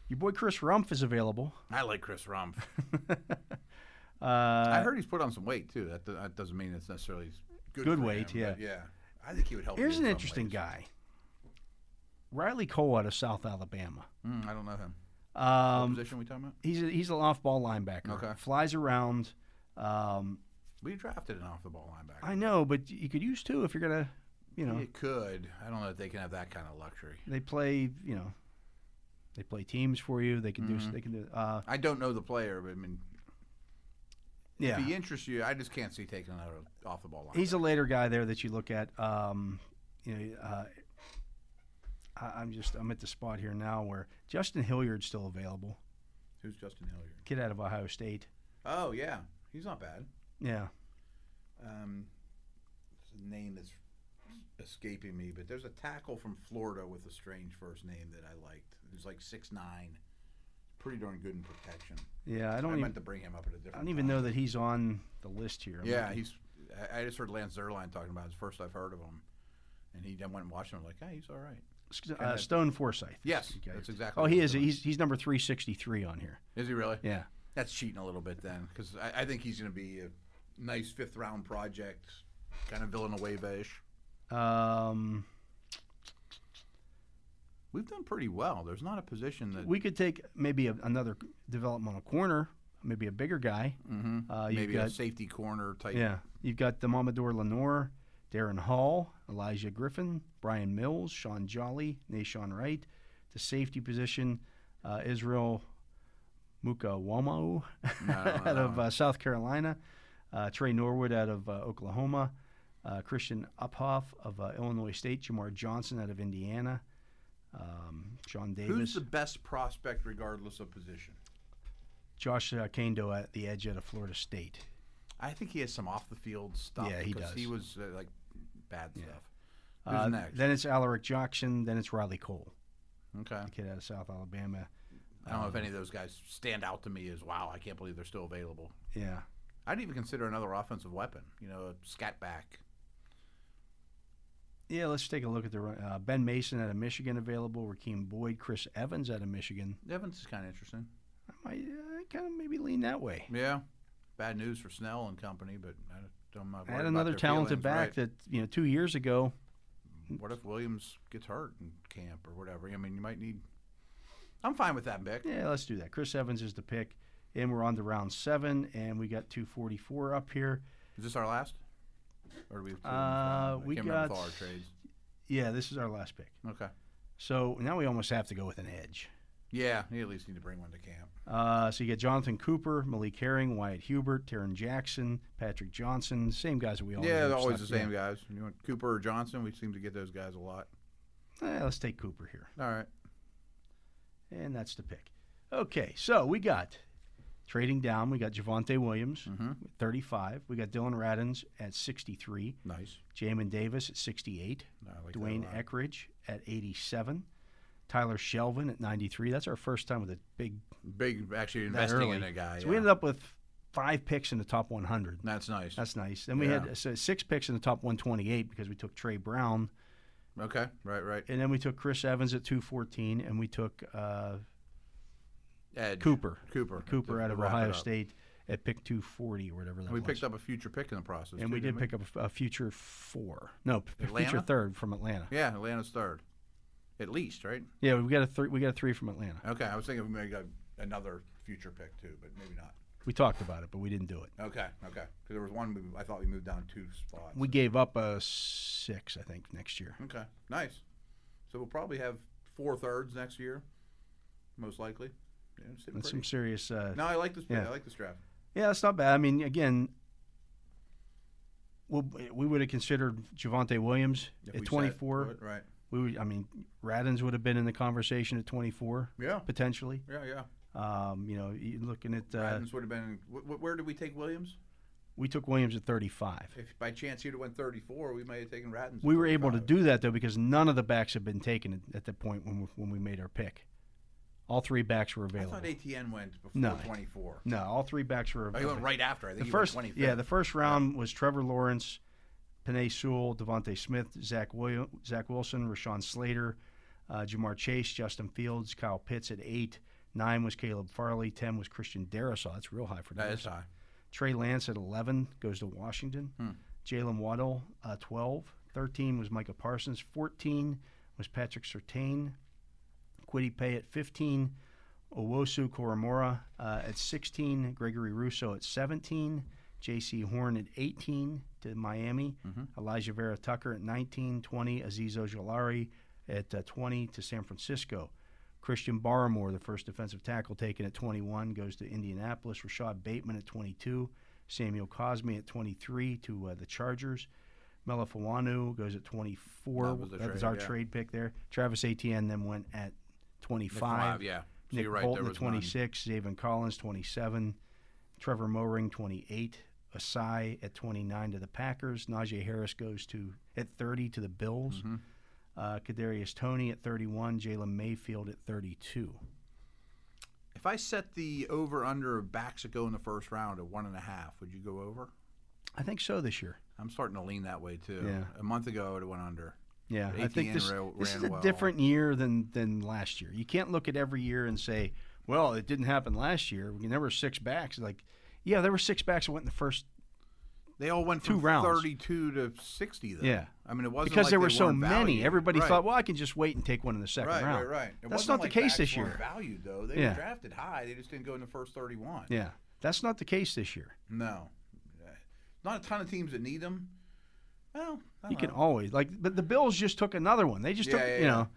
Speaker 1: Your boy Chris Rumpf is available.
Speaker 2: I like Chris Rumpf.
Speaker 1: Uh,
Speaker 2: I heard he's put on some weight too. That, that doesn't mean it's necessarily good.
Speaker 1: Good
Speaker 2: for
Speaker 1: weight,
Speaker 2: him, but Yeah. I think he would help.
Speaker 1: here's
Speaker 2: you in
Speaker 1: an
Speaker 2: some
Speaker 1: interesting
Speaker 2: ways.
Speaker 1: guy Riley Cole out of South Alabama.
Speaker 2: Mm, I don't know him. What
Speaker 1: Um,
Speaker 2: position we talking about?
Speaker 1: he's, a, he's an off ball linebacker.
Speaker 2: Okay.
Speaker 1: Flies around. Um,
Speaker 2: We drafted an off the ball linebacker.
Speaker 1: I know, but you could use two if you're going to, you know,
Speaker 2: It could. I don't know if they can have that kind of luxury.
Speaker 1: they play, you know, they play teams for you. They can
Speaker 2: Mm-hmm.
Speaker 1: do, they can do, uh,
Speaker 2: I don't know the player, but I mean,
Speaker 1: yeah.
Speaker 2: if he interests you, I just can't see taking another off the ball linebacker.
Speaker 1: He's a later guy there that you look at. Um, you know, uh, I, I'm just I'm at the spot here now where Justin Hilliard's still available.
Speaker 2: Who's Justin Hilliard?
Speaker 1: Kid out of Ohio State.
Speaker 2: Oh yeah, he's not bad.
Speaker 1: Yeah,
Speaker 2: Um, his name is escaping me, but there's a tackle from Florida with a strange first name that I liked. He's like six nine, pretty darn good in protection.
Speaker 1: yeah. I
Speaker 2: I,
Speaker 1: don't
Speaker 2: meant
Speaker 1: even
Speaker 2: to bring him up at a different.
Speaker 1: I don't even
Speaker 2: time.
Speaker 1: know that he's on the list here. I'm
Speaker 2: Yeah,
Speaker 1: looking-
Speaker 2: he's. I I just heard Lance Zerline talking about. It. It's the first I've heard of him, and he then went and watched him. Like, hey, he's all right.
Speaker 1: S- uh, Stone Forsyth.
Speaker 2: Yes,
Speaker 1: Okay.
Speaker 2: that's exactly.
Speaker 1: Oh,
Speaker 2: what
Speaker 1: he
Speaker 2: I'm
Speaker 1: is.
Speaker 2: doing.
Speaker 1: He's he's number three sixty three on here.
Speaker 2: Is he really?
Speaker 1: Yeah.
Speaker 2: That's cheating a little bit then, because I, I think he's going to be a nice fifth round project, kind of Villanueva ish.
Speaker 1: Um,
Speaker 2: We've done pretty well. There's not a position that
Speaker 1: we could take maybe a, another developmental corner, maybe a bigger guy.
Speaker 2: Mhm.
Speaker 1: Uh, you've
Speaker 2: maybe a
Speaker 1: got,
Speaker 2: safety corner type.
Speaker 1: yeah, you've got the Mamador Lenore, Darren Hall, Elijah Griffin, Brian Mills, Sean Jolly, Nashawn Wright, the safety position, uh, Israel Mukawamo
Speaker 2: No,
Speaker 1: out of uh, South Carolina, uh, Trey Norwood out of uh, Oklahoma, uh, Christian Uphoff of uh, Illinois State, Jamar Johnson out of Indiana, um, Sean Davis.
Speaker 2: Who's the best prospect regardless of position?
Speaker 1: Josh uh, Kando at the edge out of Florida State.
Speaker 2: I think he has some off the field stuff.
Speaker 1: Yeah, he
Speaker 2: because
Speaker 1: does.
Speaker 2: He was uh, like bad stuff. Who's
Speaker 1: Uh,
Speaker 2: next?
Speaker 1: Then it's Alaric Jackson. Then it's Riley Cole,
Speaker 2: okay.
Speaker 1: the kid out of South Alabama.
Speaker 2: I don't know
Speaker 1: um,
Speaker 2: if any of those guys stand out to me as wow. I can't believe they're still available.
Speaker 1: Yeah,
Speaker 2: I'd even consider another offensive weapon. You know, a scat back.
Speaker 1: yeah. Let's take a look at the run- uh, Ben Mason out of Michigan available. Raheem Boyd, Chris Evans out of Michigan.
Speaker 2: Evans is kind of interesting.
Speaker 1: I might uh, kind of maybe lean that way.
Speaker 2: Yeah. Bad news for Snell and company, but I don't. I'm not worried
Speaker 1: Add
Speaker 2: about
Speaker 1: another
Speaker 2: their
Speaker 1: talented
Speaker 2: feelings,
Speaker 1: back that
Speaker 2: right.
Speaker 1: you know two years ago.
Speaker 2: What if Williams gets hurt in camp or whatever? I mean, you might need. I'm fine with that, Mick.
Speaker 1: Yeah, let's do that. Chris Evans is the pick, and we're on to round seven, and we got two forty four up here.
Speaker 2: Is this our last? Or do we? Have two in
Speaker 1: Uh,
Speaker 2: the final? I
Speaker 1: we
Speaker 2: can't remember with
Speaker 1: got-
Speaker 2: all our trades.
Speaker 1: Yeah, this is our last pick.
Speaker 2: Okay.
Speaker 1: So now we almost have to go with an edge.
Speaker 2: Yeah, you at least need to bring one to camp.
Speaker 1: Uh, so you got Jonathan Cooper, Malik Herring, Wyatt Hubert, Taron Jackson, Patrick Johnson, same guys that we always
Speaker 2: yeah,
Speaker 1: have
Speaker 2: they're always the
Speaker 1: stuck
Speaker 2: same
Speaker 1: in.
Speaker 2: guys. You want Cooper or Johnson? We seem to get those guys a lot.
Speaker 1: Eh, let's take Cooper here,
Speaker 2: All right.
Speaker 1: and that's the pick. Okay, so we got trading down. We got Javante Williams,
Speaker 2: Mhm.
Speaker 1: with 35. We got Dylan Radins at 63.
Speaker 2: Nice.
Speaker 1: Jamin Davis at 68.
Speaker 2: No, I like that a
Speaker 1: Dwayne
Speaker 2: lot.
Speaker 1: Eckridge at 87. Tyler Shelvin at 93. That's our first time with a big
Speaker 2: Big, actually
Speaker 1: that
Speaker 2: investing
Speaker 1: early.
Speaker 2: in a guy.
Speaker 1: So we
Speaker 2: Oh, yeah.
Speaker 1: ended up with five picks in the top 100.
Speaker 2: That's nice.
Speaker 1: That's nice. Then we
Speaker 2: Yeah.
Speaker 1: had uh, so six picks in the top 128 because we took Trey Brown,
Speaker 2: okay. Right. Right.
Speaker 1: and then we took Chris Evans at 214, and we took uh,
Speaker 2: Ed
Speaker 1: Cooper,
Speaker 2: Cooper.
Speaker 1: Cooper
Speaker 2: to-
Speaker 1: out
Speaker 2: to
Speaker 1: of
Speaker 2: wrap it
Speaker 1: Ohio
Speaker 2: up.
Speaker 1: State at pick 240 or whatever that
Speaker 2: And we
Speaker 1: was.
Speaker 2: picked up a future pick in the process.
Speaker 1: and
Speaker 2: too,
Speaker 1: we did
Speaker 2: didn't
Speaker 1: pick up a, a future four, no, p- future
Speaker 2: Atlanta?
Speaker 1: third from Atlanta.
Speaker 2: Yeah, Atlanta's third, at least, right?
Speaker 1: Yeah, we got a three. We got a three from Atlanta.
Speaker 2: Okay, I was thinking we may got another future pick too, but maybe not.
Speaker 1: We talked about it, but we didn't do it.
Speaker 2: Okay, okay, because there was one move, I thought we moved down two spots.
Speaker 1: We gave up a six, I think, next year.
Speaker 2: okay, nice. So we'll probably have four thirds next year, most likely. Yeah, it's sitting
Speaker 1: That's some
Speaker 2: pretty.
Speaker 1: serious. Uh,
Speaker 2: No, I like this.
Speaker 1: yeah.
Speaker 2: I like this draft.
Speaker 1: Yeah, that's not bad. I mean, again, we'll, we would have considered Javante Williams
Speaker 2: If we
Speaker 1: at
Speaker 2: set
Speaker 1: 24.
Speaker 2: to it, right?
Speaker 1: We would, I mean, Radins would have been in the conversation at 24
Speaker 2: Yeah,
Speaker 1: potentially.
Speaker 2: yeah, yeah.
Speaker 1: Um, you know, you looking at uh,
Speaker 2: Adams would have been. Wh- wh- where did we take Williams?
Speaker 1: we took Williams at 35.
Speaker 2: If by chance he'd have went 34, we might have taken Radins. at
Speaker 1: We were able to
Speaker 2: 35.
Speaker 1: do that though because none of the backs had been taken at- at the point when we, when we made our pick. All three backs were
Speaker 2: I
Speaker 1: available.
Speaker 2: thought ATN went before
Speaker 1: No.
Speaker 2: 24.
Speaker 1: no, all three backs were
Speaker 2: Oh, he
Speaker 1: available.
Speaker 2: went right after. I think
Speaker 1: the
Speaker 2: he
Speaker 1: first,
Speaker 2: went 25th.
Speaker 1: yeah, the first round was Trevor Lawrence, Panay Sewell, Devontae Smith, Zach William, Zach Wilson, Rashawn Slater, uh, Jamar Chase, Justin Fields, Kyle Pitts at eight. Nine was Caleb Farley. Ten was Christian Darisaw. That's real high for
Speaker 2: that is
Speaker 1: Darisaw.
Speaker 2: high.
Speaker 1: Trey Lance at 11 goes to Washington. Jalen Waddell, uh, 12. 13 was Micah Parsons. 14 was Patrick Sertain. Quiddy Pay at 15. Owosu Koromora uh, at 16. Gregory Russo at 17. J.C. Horn at 18 to Miami.
Speaker 2: Mm-hmm.
Speaker 1: Elijah Vera Tucker at 19. 20, Aziz Ojolari at uh, 20 to San Francisco. Christian Barmore, the first defensive tackle taken at 21, goes to Indianapolis. Rashad Bateman at 22. Samuel Cosme at 23 to uh, the Chargers. Melifawanu goes at 24.
Speaker 2: That was the trade,
Speaker 1: our
Speaker 2: yeah.
Speaker 1: trade pick there. Travis Etienne then went at 25.
Speaker 2: yeah. So
Speaker 1: Nick
Speaker 2: you're right.
Speaker 1: Bolton
Speaker 2: there
Speaker 1: at
Speaker 2: was none.
Speaker 1: 26, Zayvon Collins 27, Trevor Moring 28, Asai at 29 to the Packers, Najee Harris goes to at 30 to the Bills,
Speaker 2: Mm-hmm.
Speaker 1: uh, Kadarius Tony at 31, Jalen Mayfield at 32.
Speaker 2: If I set the over under of backs that go in the first round at one and a half, would you go over?
Speaker 1: I think so this year.
Speaker 2: I'm starting to lean that way too.
Speaker 1: Yeah.
Speaker 2: A month ago, I would have went under.
Speaker 1: Yeah, I think
Speaker 2: ATN
Speaker 1: this,
Speaker 2: ra-
Speaker 1: this
Speaker 2: ran
Speaker 1: is a
Speaker 2: well.
Speaker 1: different year than than last year. You can't look at every year and say, "Well, it didn't happen last year." And There were six backs. Like, yeah, there were six backs that went in the first
Speaker 2: They all went
Speaker 1: Two
Speaker 2: from
Speaker 1: rounds.
Speaker 2: 32 to 60. Though.
Speaker 1: Yeah.
Speaker 2: I mean, it wasn't
Speaker 1: because
Speaker 2: like
Speaker 1: there
Speaker 2: they
Speaker 1: were so
Speaker 2: weren't
Speaker 1: many.
Speaker 2: valued.
Speaker 1: Everybody
Speaker 2: Right.
Speaker 1: thought, well, I can just wait and take one in the second
Speaker 2: Right,
Speaker 1: round.
Speaker 2: right, right. It
Speaker 1: That's
Speaker 2: wasn't
Speaker 1: not the
Speaker 2: like
Speaker 1: case
Speaker 2: backs
Speaker 1: this
Speaker 2: weren't
Speaker 1: year.
Speaker 2: Valued though, they
Speaker 1: Yeah.
Speaker 2: were drafted high. They just didn't go in the first 31.
Speaker 1: Yeah, that's not the case this year.
Speaker 2: No, not a ton of teams that need them. Well, I
Speaker 1: You
Speaker 2: don't
Speaker 1: can
Speaker 2: know.
Speaker 1: always like, but the Bills just took another one. They just
Speaker 2: Uh-huh. Yeah,
Speaker 1: took,
Speaker 2: yeah,
Speaker 1: you
Speaker 2: yeah.
Speaker 1: know.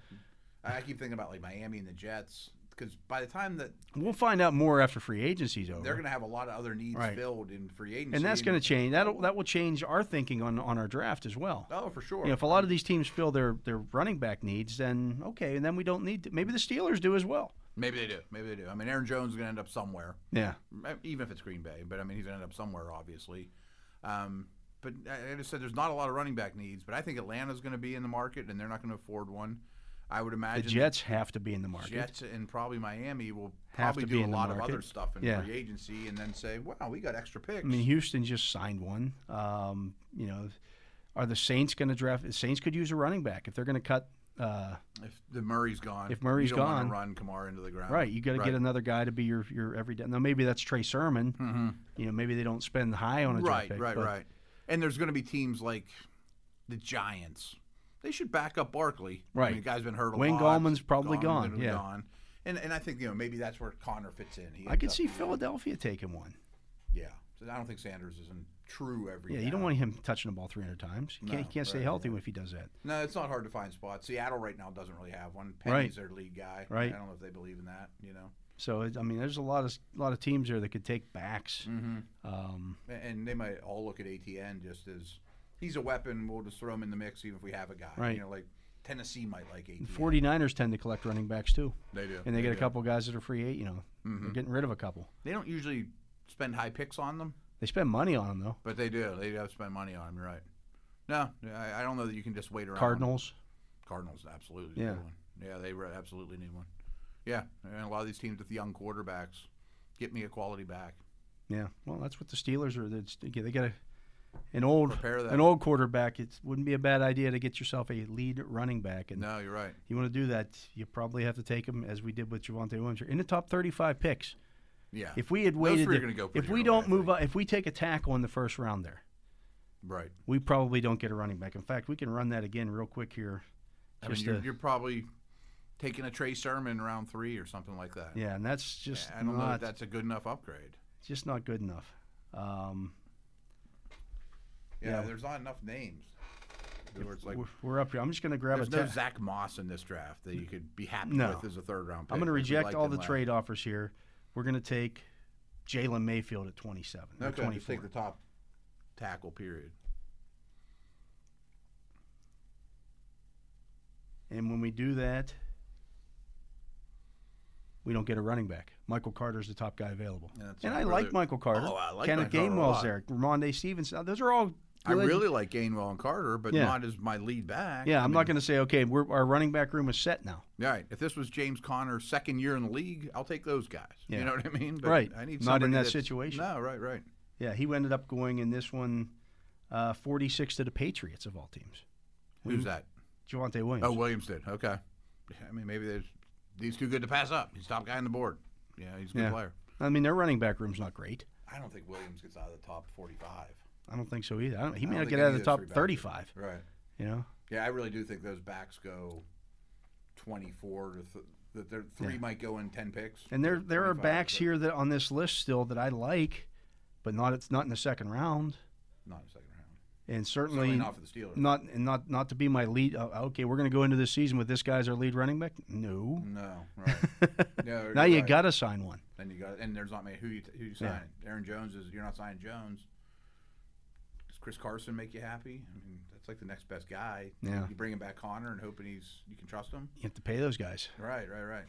Speaker 2: I I keep thinking about like Miami and the Jets because by the time that
Speaker 1: We'll find out more after free agency's over,
Speaker 2: they're going to have a lot of other needs
Speaker 1: Right.
Speaker 2: filled in free agency,
Speaker 1: and that's going to change. That will that will change our thinking on on our draft as well.
Speaker 2: Oh, for sure.
Speaker 1: You know, if a lot of these teams fill their their running back needs, then okay, and then we don't need. To, maybe the Steelers do as well.
Speaker 2: Maybe they do. Maybe they do. I mean, Aaron Jones is going to end up somewhere.
Speaker 1: Yeah,
Speaker 2: m- even if it's Green Bay, but I mean he's gonna end up somewhere, obviously. Um, but I I just said there's not a lot of running back needs, but I think Atlanta's going to be in the market, and they're not going to afford one. I would
Speaker 1: the
Speaker 2: imagine
Speaker 1: Jets have to be in the market.
Speaker 2: Jets and probably Miami will
Speaker 1: Have
Speaker 2: probably
Speaker 1: to be
Speaker 2: do a
Speaker 1: in the
Speaker 2: lot of
Speaker 1: market.
Speaker 2: other stuff in
Speaker 1: Yeah.
Speaker 2: free agency, and then say, "Wow, we got extra picks."
Speaker 1: I mean, Houston just signed one. Um, you know, are the Saints going to draft? The Saints could use a running back if they're going to cut. Uh,
Speaker 2: if the Murray's gone,
Speaker 1: If Murray's
Speaker 2: you don't
Speaker 1: gone-
Speaker 2: want to run Kamara into the ground.
Speaker 1: right, you got to
Speaker 2: Right. Hmm.
Speaker 1: get another guy to be your your everyday. Now maybe that's Trey Sermon.
Speaker 2: Mm-hmm.
Speaker 1: You know, maybe they don't spend high on a draft
Speaker 2: right,
Speaker 1: pick,
Speaker 2: right,
Speaker 1: but-
Speaker 2: right. And there's going to be teams like the Giants. They should back up Barkley. I mean,
Speaker 1: Right.
Speaker 2: the guy's been hurt a
Speaker 1: Wayne
Speaker 2: lot.
Speaker 1: Gallman's probably gone,
Speaker 2: literally
Speaker 1: yeah.
Speaker 2: gone. And and I think you know maybe that's where Connor fits in. He
Speaker 1: I
Speaker 2: ends
Speaker 1: could
Speaker 2: up-
Speaker 1: see Philadelphia taking one.
Speaker 2: Yeah. So I don't think Sanders isn't true every.
Speaker 1: Yeah, you don't want him touching the ball 300 times. He can't, he
Speaker 2: No,
Speaker 1: can't stay
Speaker 2: right,
Speaker 1: healthy if he does that.
Speaker 2: No, it's not hard to find spots. Seattle right now doesn't really have one.
Speaker 1: Right.
Speaker 2: Penny's their lead guy.
Speaker 1: Right.
Speaker 2: I don't know if they believe in that. You know,
Speaker 1: So it- I mean, there's a lot of a lot of teams there that could take
Speaker 2: Hmm.
Speaker 1: backs. Um,
Speaker 2: A- and they might all look at ATN just as he's a weapon. We'll just throw him in the mix even if we have a guy.
Speaker 1: Right.
Speaker 2: You know, like Tennessee might like ATN.
Speaker 1: 49ers tend to collect running backs too,
Speaker 2: They Mm-hmm. do.
Speaker 1: and they get a
Speaker 2: do. Hmm.
Speaker 1: couple guys that are free. You know, they're getting rid of a couple.
Speaker 2: They don't usually spend high picks on them,
Speaker 1: They spend money on them though.
Speaker 2: but they do. They do have to spend money on them. You're right. No, I, I don't know that you can just wait around.
Speaker 1: Cardinals.
Speaker 2: Cardinals absolutely
Speaker 1: Yeah.
Speaker 2: need one. Yeah, they re- absolutely need one. Yeah, and a lot of these teams with young quarterbacks, get me a quality back.
Speaker 1: Yeah. Well, that's what the Steelers are. That's- They get a an old
Speaker 2: Prepare that.
Speaker 1: an old quarterback. It wouldn't be a bad idea to get yourself a lead running back. And
Speaker 2: No, you're right.
Speaker 1: you want to do that, you probably have to take him as we did with Javante Williams in the top 35 picks.
Speaker 2: Yeah,
Speaker 1: If we had waited,
Speaker 2: three are
Speaker 1: to-
Speaker 2: gonna go
Speaker 1: if
Speaker 2: pretty
Speaker 1: we
Speaker 2: early,
Speaker 1: don't
Speaker 2: I
Speaker 1: move
Speaker 2: think.
Speaker 1: up, if we take a tackle in the first round there,
Speaker 2: right.
Speaker 1: we probably don't get a running back. In fact, we can run that again real quick here.
Speaker 2: I mean,
Speaker 1: Just
Speaker 2: you're,
Speaker 1: to-
Speaker 2: you're probably taking a Trey Sermon round three or something like that.
Speaker 1: yeah, and that's just
Speaker 2: I don't know if
Speaker 1: not
Speaker 2: that's a good enough upgrade.
Speaker 1: just not good enough. Um,
Speaker 2: Yeah,
Speaker 1: Yeah.
Speaker 2: there's not enough names. In other words, like
Speaker 1: we're, we're up here. I'm just going to grab a.
Speaker 2: there's no
Speaker 1: ta-
Speaker 2: Zach Moss in this draft that you could be happy
Speaker 1: No.
Speaker 2: with as a third round. pick.
Speaker 1: I'm going to
Speaker 2: Like, we
Speaker 1: reject
Speaker 2: liked
Speaker 1: all
Speaker 2: him
Speaker 1: the
Speaker 2: last
Speaker 1: trade offers here. We're going to take Jalen Mayfield at 27. or
Speaker 2: Okay, just
Speaker 1: 24.
Speaker 2: take the top tackle period.
Speaker 1: And when we do that, we don't get a running back. Michael Carter's the top guy available.
Speaker 2: Yeah, that's
Speaker 1: and
Speaker 2: right.
Speaker 1: I
Speaker 2: Really-
Speaker 1: like Michael Carter.
Speaker 2: Oh, I like
Speaker 1: Kenneth
Speaker 2: Michael Carter a
Speaker 1: Gainwell's
Speaker 2: lot.
Speaker 1: there. Ramonde Stevenson. Now, Those are all.
Speaker 2: I
Speaker 1: good-
Speaker 2: really like Gainwell and Carter, but
Speaker 1: Yeah.
Speaker 2: not as my lead back.
Speaker 1: Yeah, I'm not going to say okay. We're, our running back room is set now.
Speaker 2: All right, if this was James Conner's second year in the league, I'll take those guys.
Speaker 1: Yeah.
Speaker 2: You know what I mean?
Speaker 1: Right.
Speaker 2: I need
Speaker 1: Not in
Speaker 2: somebody
Speaker 1: that
Speaker 2: that's-
Speaker 1: situation. Mm-hmm.
Speaker 2: No, right, right.
Speaker 1: Yeah, he ended up going in this one, uh, 46 to the Patriots of all teams.
Speaker 2: Who's that?
Speaker 1: Javante Williams.
Speaker 2: Oh, Williams did. Okay. I mean, maybe there's he's too good to pass up. He's top guy on the board. Yeah, he's a good
Speaker 1: Yeah.
Speaker 2: player.
Speaker 1: I mean, their running back room's not great.
Speaker 2: I don't think Williams gets out of the top 45.
Speaker 1: I don't think so either. I don't, he may
Speaker 2: don't
Speaker 1: not
Speaker 2: think
Speaker 1: get out of
Speaker 2: any
Speaker 1: the
Speaker 2: of those
Speaker 1: top
Speaker 2: three backs
Speaker 1: 35.
Speaker 2: are- Right.
Speaker 1: You know,
Speaker 2: Yeah, I really do think those backs go 24 to th- that. There three might go in 10 picks.
Speaker 1: and there there are
Speaker 2: 25,
Speaker 1: backs
Speaker 2: but
Speaker 1: here that on this list still that I like, but not it's not in the second round,
Speaker 2: Not in the second round.
Speaker 1: and
Speaker 2: Certainly
Speaker 1: certainly
Speaker 2: not for the Steelers.
Speaker 1: not and not not to be my lead. Uh, okay, we're going to go into this season with this guy as our lead running back. No,
Speaker 2: No, right. Mm. No,
Speaker 1: now
Speaker 2: you're
Speaker 1: you
Speaker 2: right.
Speaker 1: got to sign one.
Speaker 2: Then you got, and there's not many who you who you sign.
Speaker 1: Yeah.
Speaker 2: Aaron Jones is you're not signing Jones. Does Chris Carson make you happy? I mean, that's like the next best guy.
Speaker 1: Yeah.
Speaker 2: you bring him back Connor and hoping he's you can trust him.
Speaker 1: You have to pay those guys.
Speaker 2: Right, right, right.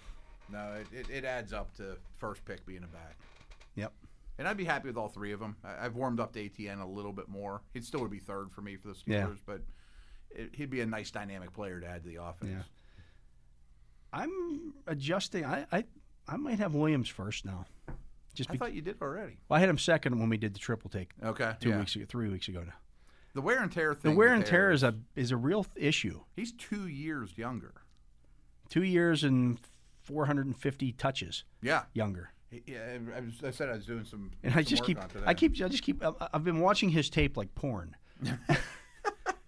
Speaker 2: No, it, it, it adds up to first pick being a back,
Speaker 1: Yep.
Speaker 2: and I'd be happy with all three of them. I, I've warmed up to ATN a little bit more. He'd still would be third for me for the Steelers,
Speaker 1: Yeah.
Speaker 2: but it, he'd be a nice dynamic player to add to the offense.
Speaker 1: Yeah. I'm adjusting. I I, I might have Williams first now. Just
Speaker 2: I
Speaker 1: because
Speaker 2: thought you did already.
Speaker 1: well, I had him second when we did the triple take
Speaker 2: Okay,
Speaker 1: two
Speaker 2: yeah.
Speaker 1: weeks ago, three weeks ago now.
Speaker 2: The wear and tear
Speaker 1: The
Speaker 2: thing.
Speaker 1: wear
Speaker 2: with
Speaker 1: and tear
Speaker 2: Harris,
Speaker 1: is a is a real th- issue.
Speaker 2: He's two years younger.
Speaker 1: Two years and 450 touches
Speaker 2: Yeah,
Speaker 1: younger.
Speaker 2: Yeah, I, was- I said I was doing some.
Speaker 1: And I
Speaker 2: some
Speaker 1: just
Speaker 2: work
Speaker 1: keep,
Speaker 2: on today.
Speaker 1: I keep, I just keep. I- I've been watching his tape like porn.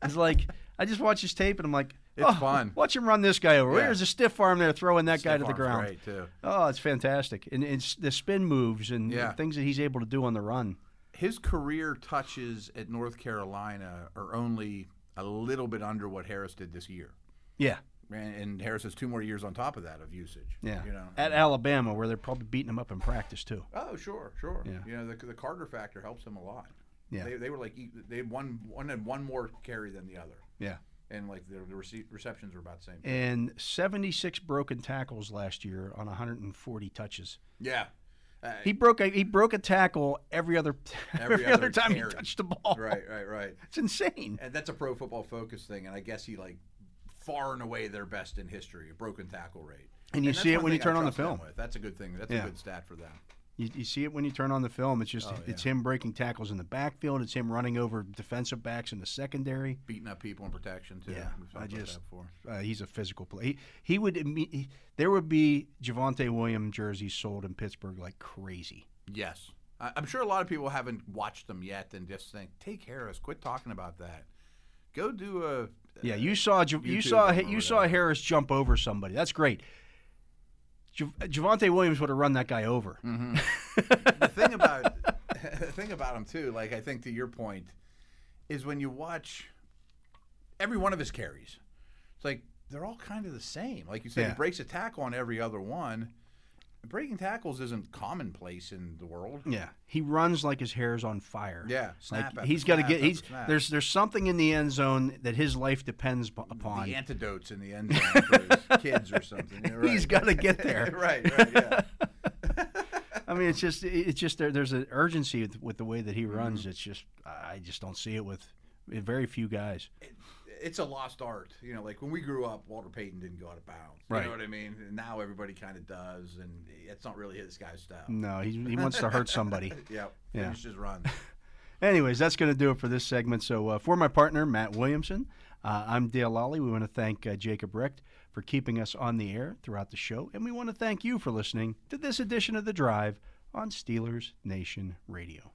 Speaker 1: it's like I just watch his tape and I'm like,
Speaker 2: It's
Speaker 1: oh,
Speaker 2: fun.
Speaker 1: Watch him run this guy over.
Speaker 2: Yeah.
Speaker 1: There's a stiff arm there throwing that guy to the
Speaker 2: Stiff arm's
Speaker 1: ground.
Speaker 2: Great too.
Speaker 1: Oh, it's fantastic, and it's the spin moves and
Speaker 2: Yeah.
Speaker 1: things that he's able to do on the run.
Speaker 2: His career touches at North Carolina are only a little bit under what Harris did this year,
Speaker 1: Yeah,
Speaker 2: and, and Harris has two more years on top of that of usage.
Speaker 1: yeah.
Speaker 2: you know.
Speaker 1: At Alabama, where they're probably beating him up in practice too.
Speaker 2: oh, sure, sure.
Speaker 1: Yeah.
Speaker 2: You know, the, the Carter factor helps him a lot.
Speaker 1: Yeah.
Speaker 2: they, they were like e- they had one one had one more carry than the other,
Speaker 1: Yeah.
Speaker 2: and like the, the rece- receptions were about the same.
Speaker 1: And 76 broken tackles last year on 140 touches.
Speaker 2: Yeah, Uh,
Speaker 1: He broke a, he broke a tackle every other every,
Speaker 2: Every
Speaker 1: other,
Speaker 2: other
Speaker 1: time
Speaker 2: carry.
Speaker 1: he touched the ball.
Speaker 2: right, right, right.
Speaker 1: It's insane.
Speaker 2: And that's a pro football focus thing, and I guess he like far and away their best in history, a broken tackle rate.
Speaker 1: And you
Speaker 2: that's
Speaker 1: see it
Speaker 2: one
Speaker 1: when you
Speaker 2: thing I
Speaker 1: turn on the
Speaker 2: trust them
Speaker 1: film.
Speaker 2: With. That's a good thing. That's
Speaker 1: Yeah.
Speaker 2: a good stat for them.
Speaker 1: You, you see it when you turn on the film. It's
Speaker 2: Oh,
Speaker 1: just it's him breaking tackles in the backfield. It's him running over defensive backs in the secondary.
Speaker 2: Beating up people in protection too.
Speaker 1: Yeah,
Speaker 2: We've
Speaker 1: I
Speaker 2: talked about
Speaker 1: just-
Speaker 2: that before.
Speaker 1: Uh, he's a physical player. He, he would imme- he, there would be Javante Williams jerseys sold in Pittsburgh like crazy.
Speaker 2: Yes, I, I'm sure a lot of people haven't watched them yet and just think, take Harris, quit talking about that. Go do a
Speaker 1: Yeah, you saw Jav- you
Speaker 2: Uh, YouTube
Speaker 1: saw
Speaker 2: him or
Speaker 1: you saw
Speaker 2: whatever.
Speaker 1: Harris jump over somebody. That's great. Jav- Javante Williams would have run that guy over.
Speaker 2: Mm. the thing about the thing about him too, like I think to your point, is when you watch every one of his carries, it's like they're all kind of the same. Like you said,
Speaker 1: Yeah.
Speaker 2: he breaks a tackle on every other one. Breaking tackles isn't commonplace in the world.
Speaker 1: Yeah, he runs like his hair's on fire.
Speaker 2: Yeah,
Speaker 1: Like,
Speaker 2: snap.
Speaker 1: he's got to get. He's
Speaker 2: there's
Speaker 1: there's there's something in the end zone that his life depends bu- upon.
Speaker 2: the antidotes in the end zone for his kids or something. Yeah, right.
Speaker 1: He's got to get there.
Speaker 2: right, right, yeah.
Speaker 1: I mean, it's just it's just there, there's an urgency with, with the way that he
Speaker 2: Mm-hmm.
Speaker 1: runs. It's just I just don't see it with with very few guys.
Speaker 2: it's a lost art. You know, like when we grew up, Walter Payton didn't go out of bounds. You
Speaker 1: Right.
Speaker 2: know what I mean? And now everybody kind of does, and it's not really his guy's style.
Speaker 1: No, he, he wants to hurt somebody.
Speaker 2: Yeah,
Speaker 1: Mm. Yeah.
Speaker 2: finish his run.
Speaker 1: Anyways, that's going to do it for this segment. So, uh, for my partner, Matt Williamson, uh, I'm Dale Lally. We want to thank uh, Jacob Recht for keeping us on the air throughout the show. And we want to thank you for listening to this edition of The Drive on Steelers Nation Radio.